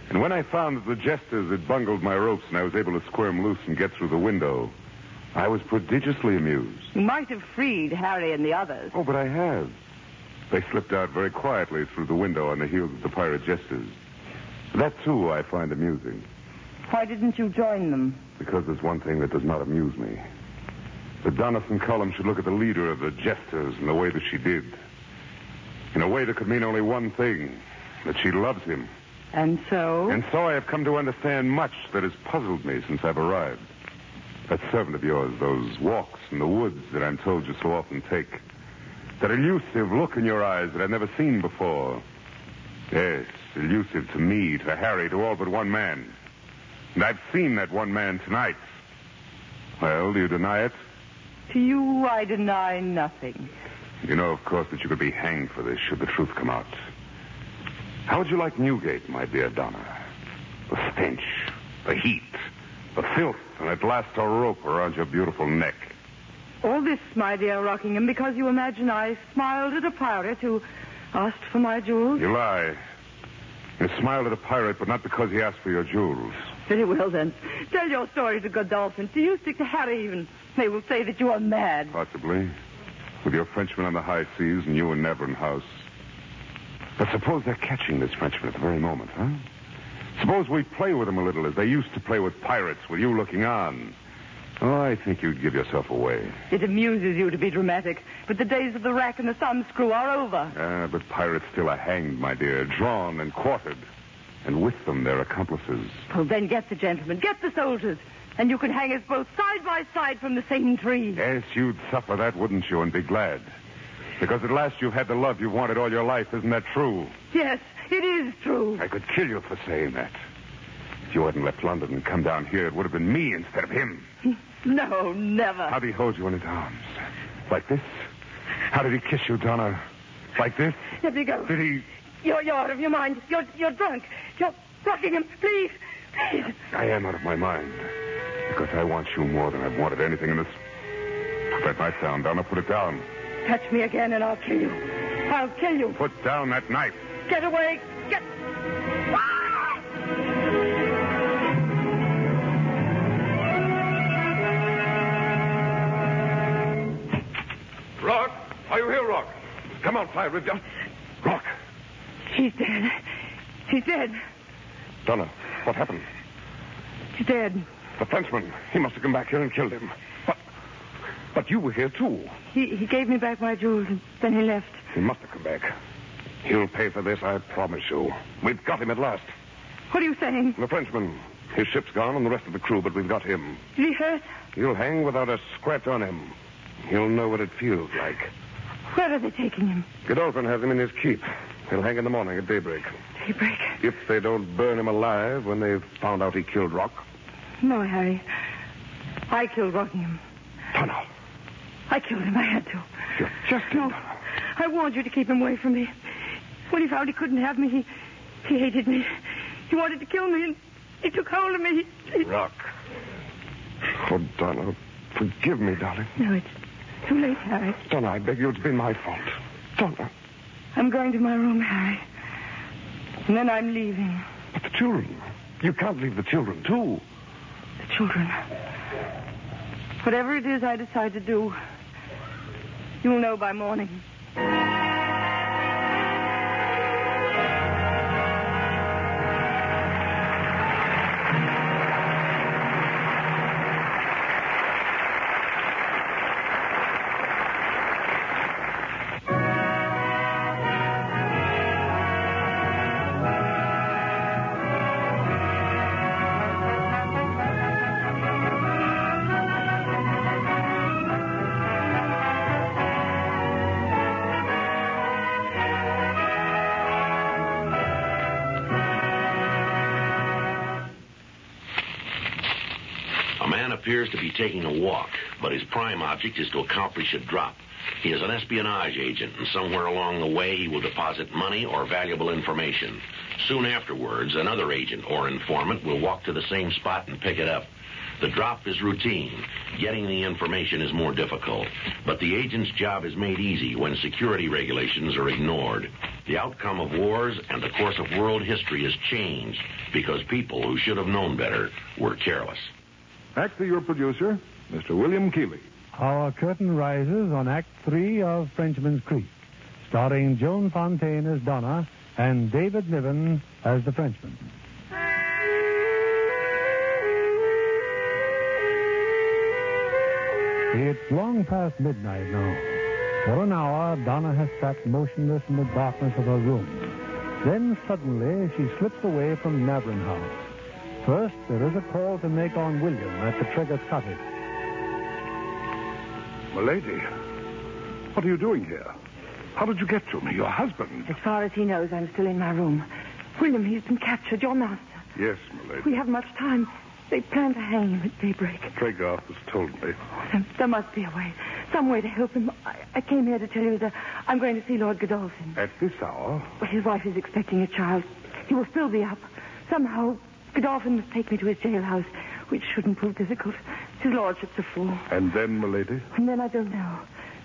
J: And when I found that the jesters had bungled my ropes and I was able to squirm loose and get through the window, I was prodigiously amused.
C: You might have freed Harry and the others.
J: Oh, but I have. They slipped out very quietly through the window on the heels of the pirate jesters. That, too, I find amusing,
C: Why didn't you join them?
J: because there's one thing that does not amuse me. The Donathan column should look at the leader of the jesters in the way that she did. In a way that could mean only one thing that she loves him.
C: And so?
J: And so I have come to understand much that has puzzled me since I've arrived. That servant of yours, those walks in the woods that I'm told you so often take, that elusive look in your eyes that I've never seen before. Yes, elusive to me, to Harry, to all but one man. And I've seen that one man tonight. Well, do you deny it?
C: To you, I deny nothing.
J: You know, of course, that you could be hanged for this should the truth come out. How would you like Newgate, my dear Donna? The stench, the heat, the filth, and at last a rope around your beautiful neck.
C: All this, my dear Rockingham, because you imagine I smiled at a pirate who asked for my jewels?
J: You lie. You smiled at a pirate, but not because he asked for your jewels.
C: Very well, then. Tell your story to Godolphin. Do you stick to Harry, even? They will say that you are mad.
J: Possibly. With your Frenchman on the high seas and you in Nevern House. But suppose they're catching this Frenchman at the very moment, huh? Suppose we play with him a little as they used to play with pirates with you looking on. Oh, I think you'd give yourself away.
C: It amuses you to be dramatic, but the days of the rack and the thumbscrew are over.
J: Ah, but pirates still are hanged, my dear, drawn and quartered. And with them their accomplices.
C: Well, then get the gentlemen, get the soldiers, and you can hang us both side by side from the same tree.
J: Yes, you'd suffer that, wouldn't you, and be glad. Because at last you've had the love you've wanted all your life, isn't that true?
C: Yes, it is true.
J: I could kill you for saying that. If you hadn't left London and come down here, it would have been me instead of him.
C: No, never.
J: How did he hold you in his arms? Like this? How did he kiss you, Donna? Like this?
C: Let me go.
J: Did he.
C: You're, you're out of your mind. You're, you're drunk. You're Rockingham, please. Please.
J: I am out of my mind. Because I want you more than I've wanted anything in this. Put that knife down, Donna. Put it down.
C: Touch me again and I'll kill you. I'll kill you.
J: Put down that knife.
C: Get away. Get.
L: Rock, are you here, Rock? Come on, fire, Rock.
C: He's dead. He's dead.
D: Donna, what happened?
C: He's dead.
D: The Frenchman. He must have come back here and killed him. But, but you were here, too.
C: He, he gave me back my jewels and then he left.
D: He must have come back. He'll pay for this, I promise you. We've got him at last.
C: What are you saying?
D: The Frenchman. His ship's gone and the rest of the crew, but we've got him.
C: Did he hurt?
D: He'll hang without a scratch on him. He'll know what it feels like.
C: Where are they taking him?
D: Godolphin has him in his keep. He'll hang in the morning at daybreak.
C: Daybreak.
D: If they don't burn him alive when they've found out he killed Rock.
C: No, Harry. I killed Rockingham.
D: Donna,
C: I killed him. I had to.
D: you're just
C: No. I warned you to keep him away from me. When he found he couldn't have me, he, he hated me. He wanted to kill me, and he took hold of me. He- he-
D: Rock. Oh, Donna, forgive me, darling.
C: No, it's too late, Harry.
D: Donna, I beg you, it's been my fault. Donna,
C: I'm going to my room, Harry. And then I'm leaving.
D: but the children. You can't leave the children, too.
C: The children. Whatever it is I decide to do, you'll know by morning.
M: man appears to be taking a walk, but his prime object is to accomplish a drop. He is an espionage agent, and somewhere along the way he will deposit money or valuable information. Soon afterwards, another agent or informant will walk to the same spot and pick it up. The drop is routine. Getting the information is more difficult. But the agent's job is made easy when security regulations are ignored. The outcome of wars and the course of world history is changed because people who should have known better were careless.
N: Back to your producer, Mr. William Keeley.
B: Our curtain rises on Act Three of Frenchman's Creek, starring Joan Fontaine as Donna and David Niven as the Frenchman. It's long past midnight now. For an hour, Donna has sat motionless in the darkness of her room. Then suddenly, she slips away from Navrin House. First, there is a call to make on William at the Tregger's cottage.
N: Milady, what are you doing here? How did you get to me? Your husband?
C: As far as he knows, I'm still in my room. William, he's been captured, your master.
N: Yes, Milady.
C: We haven't much time. They plan to hang him at daybreak.
N: Tregarth has told me.
C: There, there must be a way, some way to help him. I, I came here to tell you that I'm going to see Lord Godolphin.
N: At this hour?
C: But his wife is expecting a child. He will still be up. Somehow, Godolphin must take me to his jailhouse, which shouldn't prove difficult. His lordship's a fool.
N: And then, Milady?
C: And then I don't know.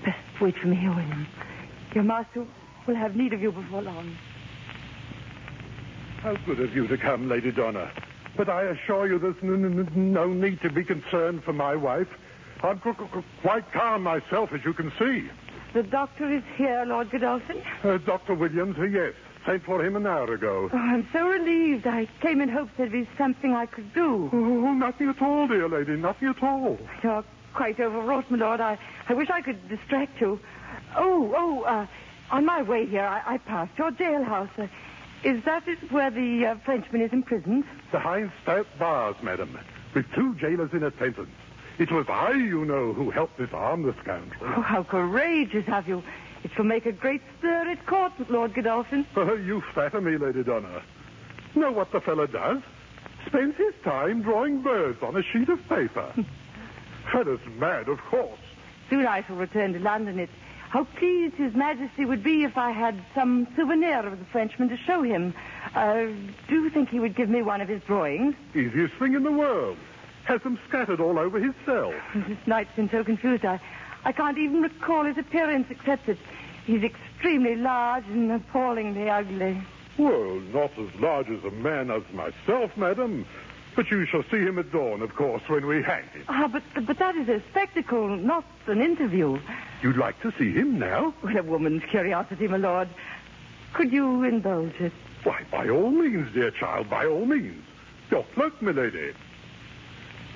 C: Best wait for me here, William. Your master will have need of you before long.
D: How good of you to come, Lady Donna. But I assure you there's n- n- n- no need to be concerned for my wife. I'm qu- qu- quite calm myself, as you can see.
C: The doctor is here, Lord Godolphin.
D: Uh, Dr. Williams, uh, yes. Sent for him an hour ago.
C: Oh, I'm so relieved. I came in hopes there'd be something I could do.
D: Oh, nothing at all, dear lady, nothing at all.
C: You're quite overwrought, my lord. I, I wish I could distract you. Oh, oh, uh, on my way here, I, I passed your jailhouse. Uh, is that it where the uh, Frenchman is imprisoned?
D: Behind stout bars, madam, with two jailers in attendance. It was I, you know, who helped disarm the scoundrel.
C: Oh, how courageous of you. It shall make a great stir at court, Lord Godolphin.
D: Oh, you flatter me, Lady Donna. Know what the fellow does? Spends his time drawing birds on a sheet of paper. *laughs* Fellow's mad, of course.
C: Soon I shall return to London. It, how pleased His Majesty would be if I had some souvenir of the Frenchman to show him. Uh, do you think he would give me one of his drawings? *laughs*
D: Easiest thing in the world. Has them scattered all over his cell.
C: This night's been so confused, I, I can't even recall his appearance except that he's extremely large and appallingly ugly.
D: Well, not as large as a man as myself, madam. But you shall see him at dawn, of course, when we hang him.
C: Ah, but, but that is a spectacle, not an interview.
D: You'd like to see him now?
C: Well, a woman's curiosity, my lord. Could you indulge it?
D: Why, by all means, dear child, by all means. Your cloak, milady.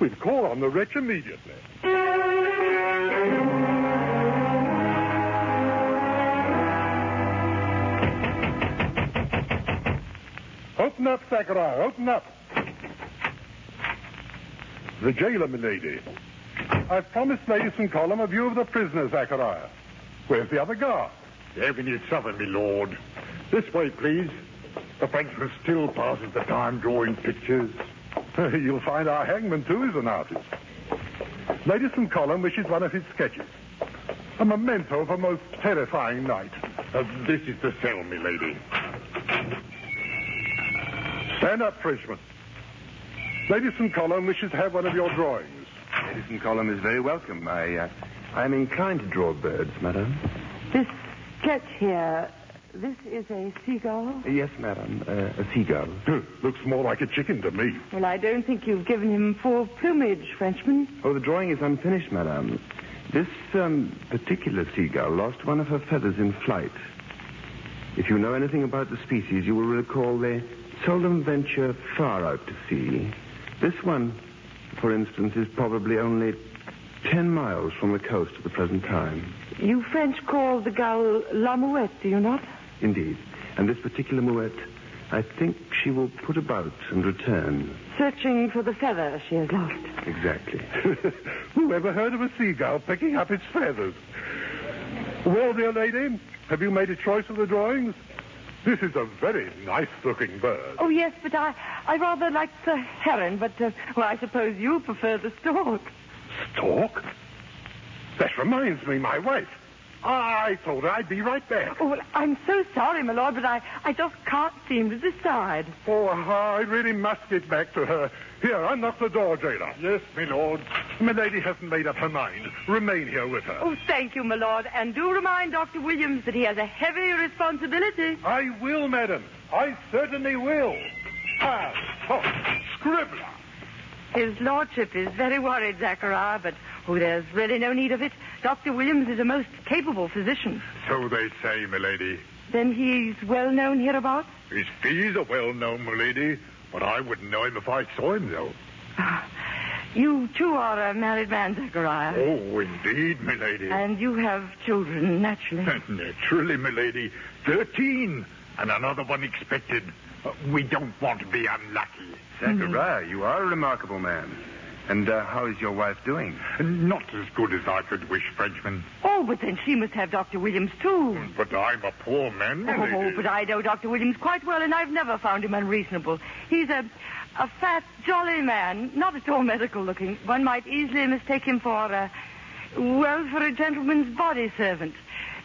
D: We'll call on the wretch immediately. Open up, Zachariah, open up. The jailer, milady. I've promised Lady St. Column a view of the prisoner, Zachariah. Where's the other guard?
O: Heaven itself, my lord. This way, please. The Frenchman still passes the time drawing pictures.
D: *laughs* You'll find our hangman, too, is an artist. Lady St. Column wishes one of his sketches. A memento of a most terrifying night.
O: Uh, this is the cell, my lady.
D: Stand up, Frenchman. Lady St. Column wishes to have one of your drawings.
F: Edison column is very welcome. I, uh, I'm inclined to draw birds, madam.
C: This sketch here, this is a seagull.
F: Yes, madam, uh, a seagull.
D: Looks more like a chicken to me.
C: Well, I don't think you've given him full plumage, Frenchman.
F: Oh, the drawing is unfinished, madam. This um, particular seagull lost one of her feathers in flight. If you know anything about the species, you will recall they seldom venture far out to sea. This one, for instance, is probably only ten miles from the coast at the present time.
C: You French call the gull la mouette, do you not?
F: Indeed. And this particular mouette, I think she will put about and return.
C: Searching for the feather she has lost.
P: *laughs*
F: Exactly.
D: Who ever heard of a seagull picking up its feathers? Well, dear lady, have you made a choice of the drawings?
P: This is a very nice-looking bird.
C: Oh, yes, but I, I rather like the heron, but, uh, well, I suppose you prefer the stork.
P: Stork? That reminds me, my wife. I thought I'd be right there.
C: Oh, well, I'm so sorry, my lord, but I, I just can't seem to decide.
P: Oh, I really must get back to her. Here, unlock the door, jailer. Yes, my lord. My lady hasn't made up her mind. Remain here with her.
C: Oh, thank you, my lord, and do remind Dr. Williams that he has a heavy responsibility.
P: I will, madam. I certainly will. Ah, oh, scribbler.
C: His lordship is very worried, Zachariah, but oh, there's really no need of it. Dr. Williams is a most capable physician.
O: So they say, milady.
C: Then he's well known hereabouts? *sighs*
O: His fees are well known, milady, but I wouldn't know him if I saw him, though.
C: You, too, are a married man, Zachariah.
O: Oh, indeed, milady.
C: And you have children, naturally.
O: Naturally, milady. Thirteen, and another one expected. Uh, We don't want to be unlucky.
F: Zachariah, you are a remarkable man. And uh, how is your wife doing?
O: Not as good as I could wish, Frenchman.
C: Oh, but then she must have Dr. Williams, too.
O: But I'm a poor man, milady.
C: Oh, but I know Dr. Williams quite well, and I've never found him unreasonable. He's a, a fat, jolly man, not at all medical looking. One might easily mistake him for, a, well, for a gentleman's body servant.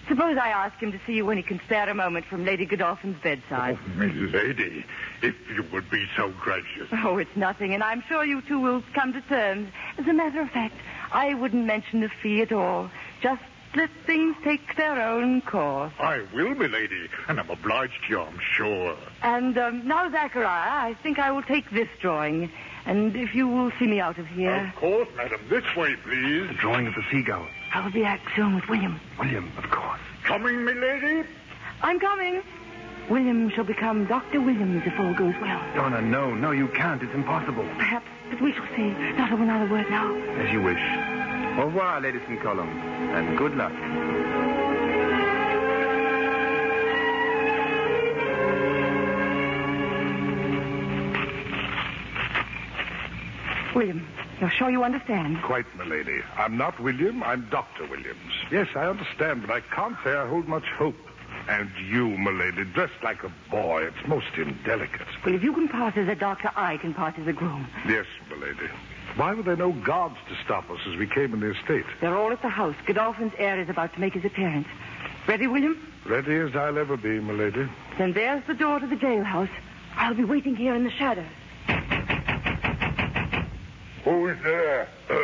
C: Suppose I ask him to see you when he can spare a moment from Lady Godolphin's
O: Oh.
C: bedside.
O: Milady, if you would be so gracious.
C: Oh, it's nothing, and I'm sure you two will come to terms. As a matter of fact, I wouldn't mention the fee at all. Just let things take their own course.
O: I will, milady, and I'm obliged to you, I'm sure.
C: And um, now, Zachariah, I think I will take this drawing. And if you will see me out of here,
O: Of course, madam. This way, please. The
F: drawing of the seagull.
C: I will be back soon with William.
F: William, of course.
O: Coming, milady?
C: I'm coming. William shall become Dr. Williams if all goes well.
F: Donna, no, no, you can't. It's impossible.
C: Perhaps, but we shall see. Not of another word now.
F: As you wish. Au revoir, ladies and column, and good luck.
C: William, you're sure you understand?
D: Quite, milady. I'm not William, I'm Dr. Williams. Yes, I understand, but I can't say I hold much hope. And you, milady, dressed like a boy. It's most indelicate.
C: Well, if you can pass as a doctor, I can pass as a groom.
D: Yes, milady. Why were there no guards to stop us as we came in the estate?
C: They're all at the house. Godolphin's heir is about to make his appearance. Ready, William?
D: Ready as I'll ever be, milady.
C: Then there's the door to the jailhouse. I'll be waiting here in the shadows.
D: Who's there? *coughs*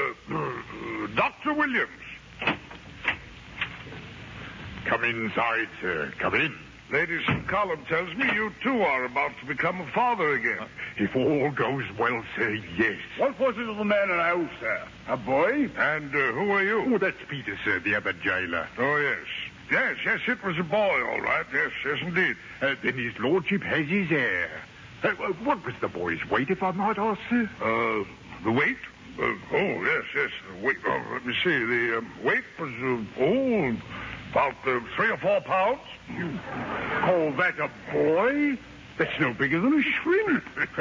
D: Dr. Williams.
O: Come inside, sir. Come in.
D: Lady Column tells me you too are about to become a father again.
O: If all goes well, sir, yes.
D: What was it of the man in the house, sir? A boy? And uh, who are you?
O: Oh, that's Peter, sir, the other jailer.
D: Oh, yes. Yes, yes, it was a boy, all right. Yes, yes, indeed.
O: Uh, then his lordship has his heir. Uh, uh, what was the boy's weight, if I might ask, sir?
D: Uh, the weight? Uh, oh, yes, yes, the weight. Oh, let me see. The um, weight was, uh, oh, about uh, three or four pounds. You call that a boy? That's no bigger than a shrimp. *laughs*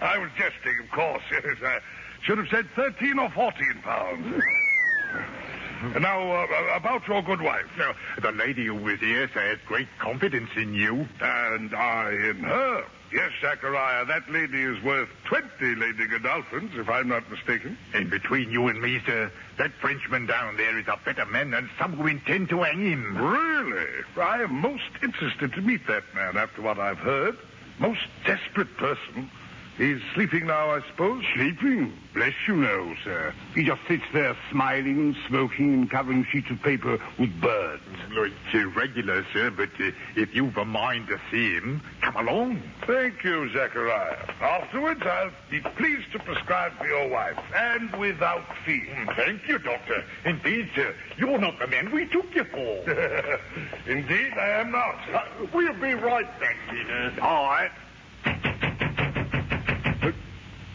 D: I was jesting, of course, yes. I should have said 13 or 14 pounds. And now, uh, about your good wife. Uh,
O: No, the lady who was here, sir, had great confidence in you.
D: And I in her. Yes, Zachariah, that lady is worth 20 Lady Godolphins, if I'm not mistaken.
O: And between you and me, sir, that Frenchman down there is a better man than some who intend to hang him.
D: Really? I am most interested to meet that man after what I've heard. Most desperate person. He's sleeping now, I suppose.
O: Sleeping? Bless you, no, sir. He just sits there smiling and smoking and covering sheets of paper with birds. It's irregular, sir, but uh, if you've a mind to see him, come along.
D: Thank you, Zachariah. Afterwards, I'll be pleased to prescribe for your wife, and without fee.
O: Hmm, Thank you, Doctor. Indeed, sir, you're not the man we took you for.
D: *laughs* Indeed, I am not. Uh,
O: we'll be right back, Peter.
D: All right.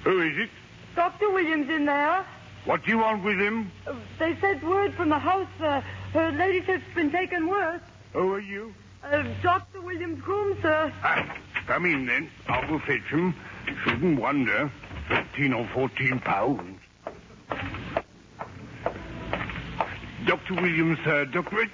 O: Who is it?
C: Dr. Williams in there.
O: What do you want with him?
C: Uh, They sent word from the house, sir. Her ladyship's been taken worse.
O: Who are you?
C: Uh, Dr. Williams' groom, sir.
O: Ah, come in then. I will fetch him. Shouldn't wonder. Thirteen or fourteen pounds. uh, Dr. Williams, sir. Doctor Rich?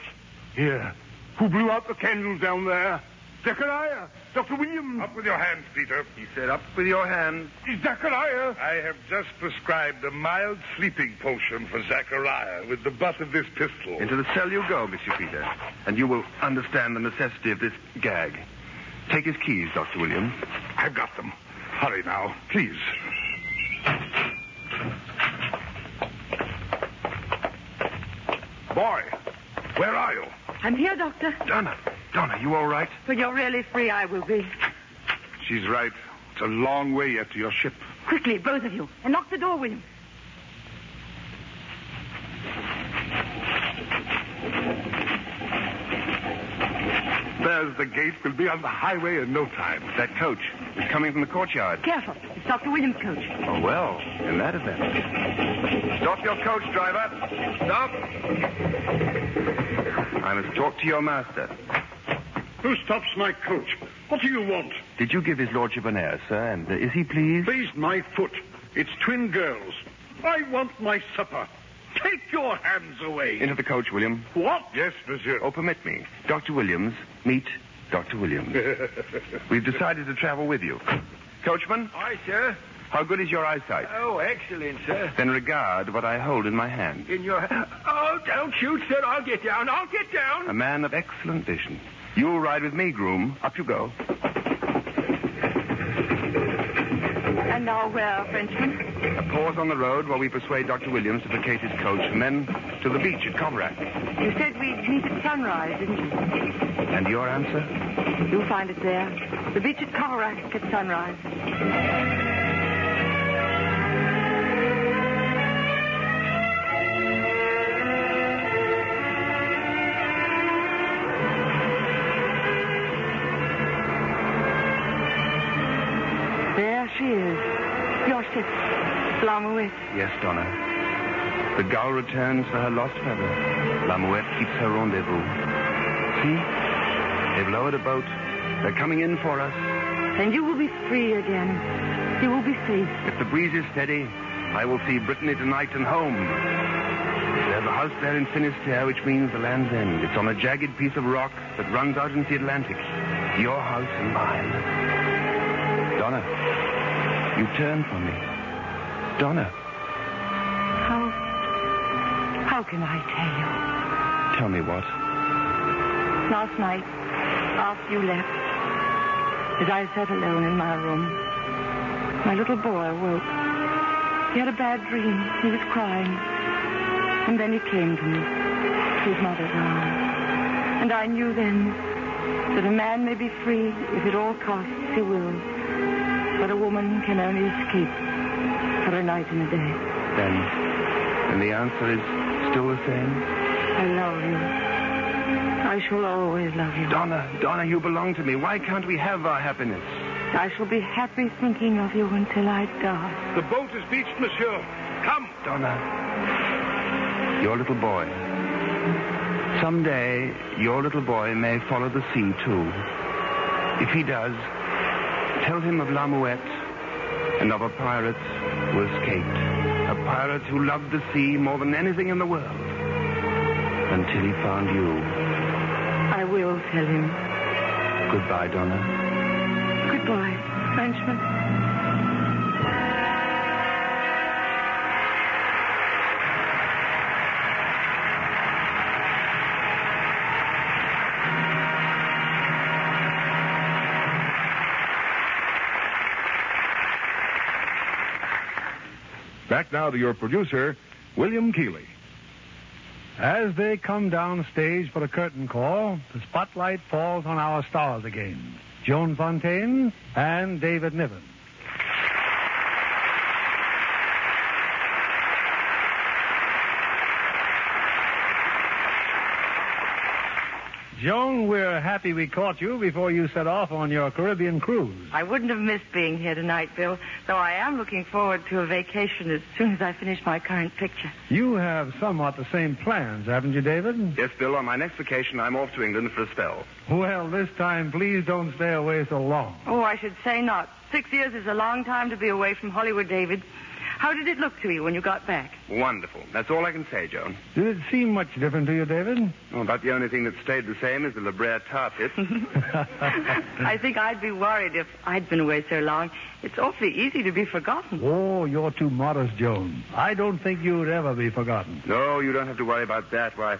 O: Here. Who blew out the candles down there? Zechariah! Dr. Williams!
D: Up with your hands, Peter.
F: He said, up with your hands.
D: Zachariah! I have just prescribed a mild sleeping potion for Zachariah with the butt of this pistol.
F: Into the cell you go, Monsieur Peter, and you will understand the necessity of this gag. Take his keys, Dr. Williams.
D: I've got them. Hurry now, please. Boy, where are you?
C: I'm here, Doctor.
F: Donna, Donna, you all right?
C: When you're really free, I will be.
D: She's right. It's a long way yet to your ship.
C: Quickly, both of you. And knock the door, William.
D: There's the gate. We'll be on the highway in no time.
F: That coach is coming from the courtyard.
C: Careful. It's Dr. William's coach.
F: Oh, well, in that event. Stop your coach, driver. Stop. I must talk to your master.
Q: Who stops my coach? What do you want?
F: Did you give his lordship an air, sir? And uh, is he pleased?
Q: Raise my foot. It's twin girls. I want my supper. Take your hands away.
F: Into the coach, William.
Q: What?
F: Yes, monsieur. Oh, permit me. Dr. Williams, meet Dr.
Q: *laughs*
F: Williams.
D: *laughs*
F: We've decided to travel with you. Coachman?
H: Aye, sir.
F: How good is your eyesight?
H: Oh, excellent, sir.
F: Then regard what I hold in my hand.
H: In your. Oh, don't shoot, sir. I'll get down. I'll get down.
F: A man of excellent vision. You'll ride with me, groom. Up you go.
C: And now where, Frenchman?
F: A pause on the road while we persuade Dr. Williams to vacate his coach, and then to the beach at Comrack.
C: You said we'd meet at sunrise, didn't you?
F: And your answer?
C: You'll find it there. The beach at Coverack at sunrise. There she is. Your ship, La Mouette.
F: Yes, Donna. The gull returns for her lost feather. La Mouette keeps her rendezvous. See? They've lowered a boat. They're coming in for us.
C: And you will be free again. You will be free.
F: If the breeze is steady, I will see Brittany tonight and home. There's a house there in Finisterre, which means the land's end. It's on a jagged piece of rock that runs out into the Atlantic. Your house and mine. Donna, you turn from me. Donna,
C: How. How can I tell
F: tell me what.
C: you? Last night, after you left, as I sat alone in my room, my little boy woke. He had a bad dream. He was crying. And then he came to me, to his mother's arms. And I knew then that a man may be free if at all costs he will. But a woman can only escape for a night and a day.
F: Then, and the answer is still the same.
C: I love you. I shall always love you.
F: Donna, Donna, you belong to me. Why can't we have our happiness?
C: I shall be happy thinking of you until I die.
F: The boat is beached, monsieur. Come. Donna, your little boy. Someday, your little boy may follow the sea, too. If he does, tell him of La Mouette and of a pirate who escaped. A pirate who loved the sea more than anything in the world. Until he found you.
C: I will tell him.
F: Goodbye, Donna.
C: Goodbye, Frenchman.
R: Back now to your producer, William Keeley.
B: As they come downstage for the curtain call, the spotlight falls on our stars again Joan Fontaine and David Niven. Joan, we're happy we caught you before you set off on your Caribbean cruise.
C: I wouldn't have missed being here tonight, Bill, though I am looking forward to a vacation as soon as I finish my current picture.
B: You have somewhat the same plans, haven't you, David?
F: Yes, Bill, on my next vacation, I'm off to England for a spell.
B: Well, this time, please don't stay away so long.
C: Oh, I should say not. Six years is a long time to be away from Hollywood, David. How did it look to you when you got back?
F: Wonderful. That's all I can say, Joan.
B: Did it seem much different to you, David?
F: Well, Oh, about the only thing that stayed the same is the Labrea tar
C: *laughs*
F: pit.
C: I think I'd be worried if I'd been away so long. It's awfully easy to be
B: *laughs*
C: forgotten.
B: Oh, you're too modest, Joan. I don't think you'd ever be forgotten.
F: no, you don't have to worry about that. Why,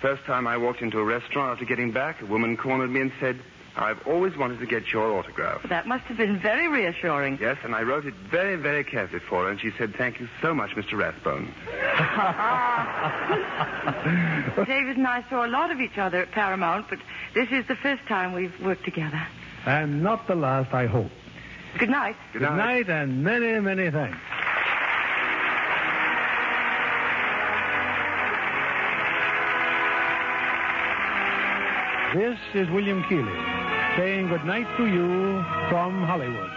F: first time I walked into a restaurant after getting back, a woman cornered me and said, I've always wanted to get your autograph.
C: That must have been very reassuring.
F: Yes, and I wrote it very, very carefully for her, and she said, Thank you so much, Mr. Rathbone.
C: David and I saw a lot of each other at Paramount, but this is the first time we've worked together.
B: And not the last, I hope.
C: Good night.
B: Good night, and many, many thanks. This is William Keeley saying good night to you from Hollywood.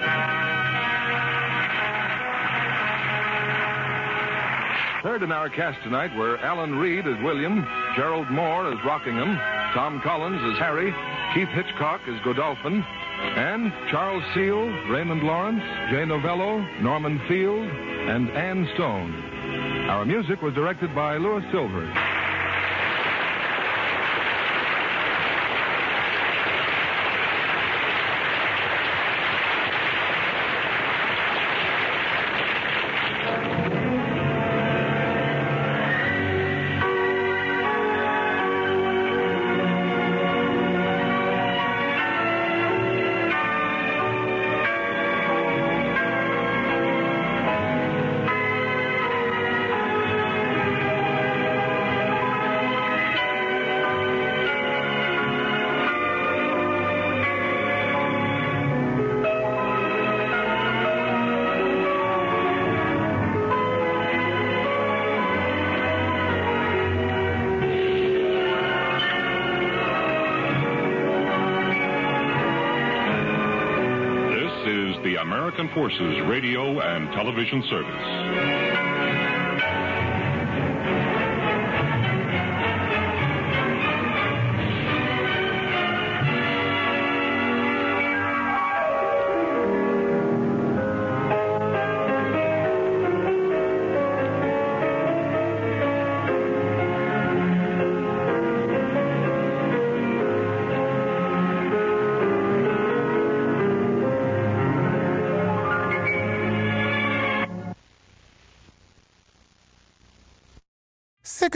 D: Third in our cast tonight were Alan Reed as William, Gerald Moore as Rockingham, Tom Collins as Harry, Keith Hitchcock as Godolphin, and Charles Seal, Raymond Lawrence, Jay Novello, Norman Field, and Ann Stone. Our music was directed by Louis Silvers.
J: This is the American Forces Radio and Television Service.
S: Sick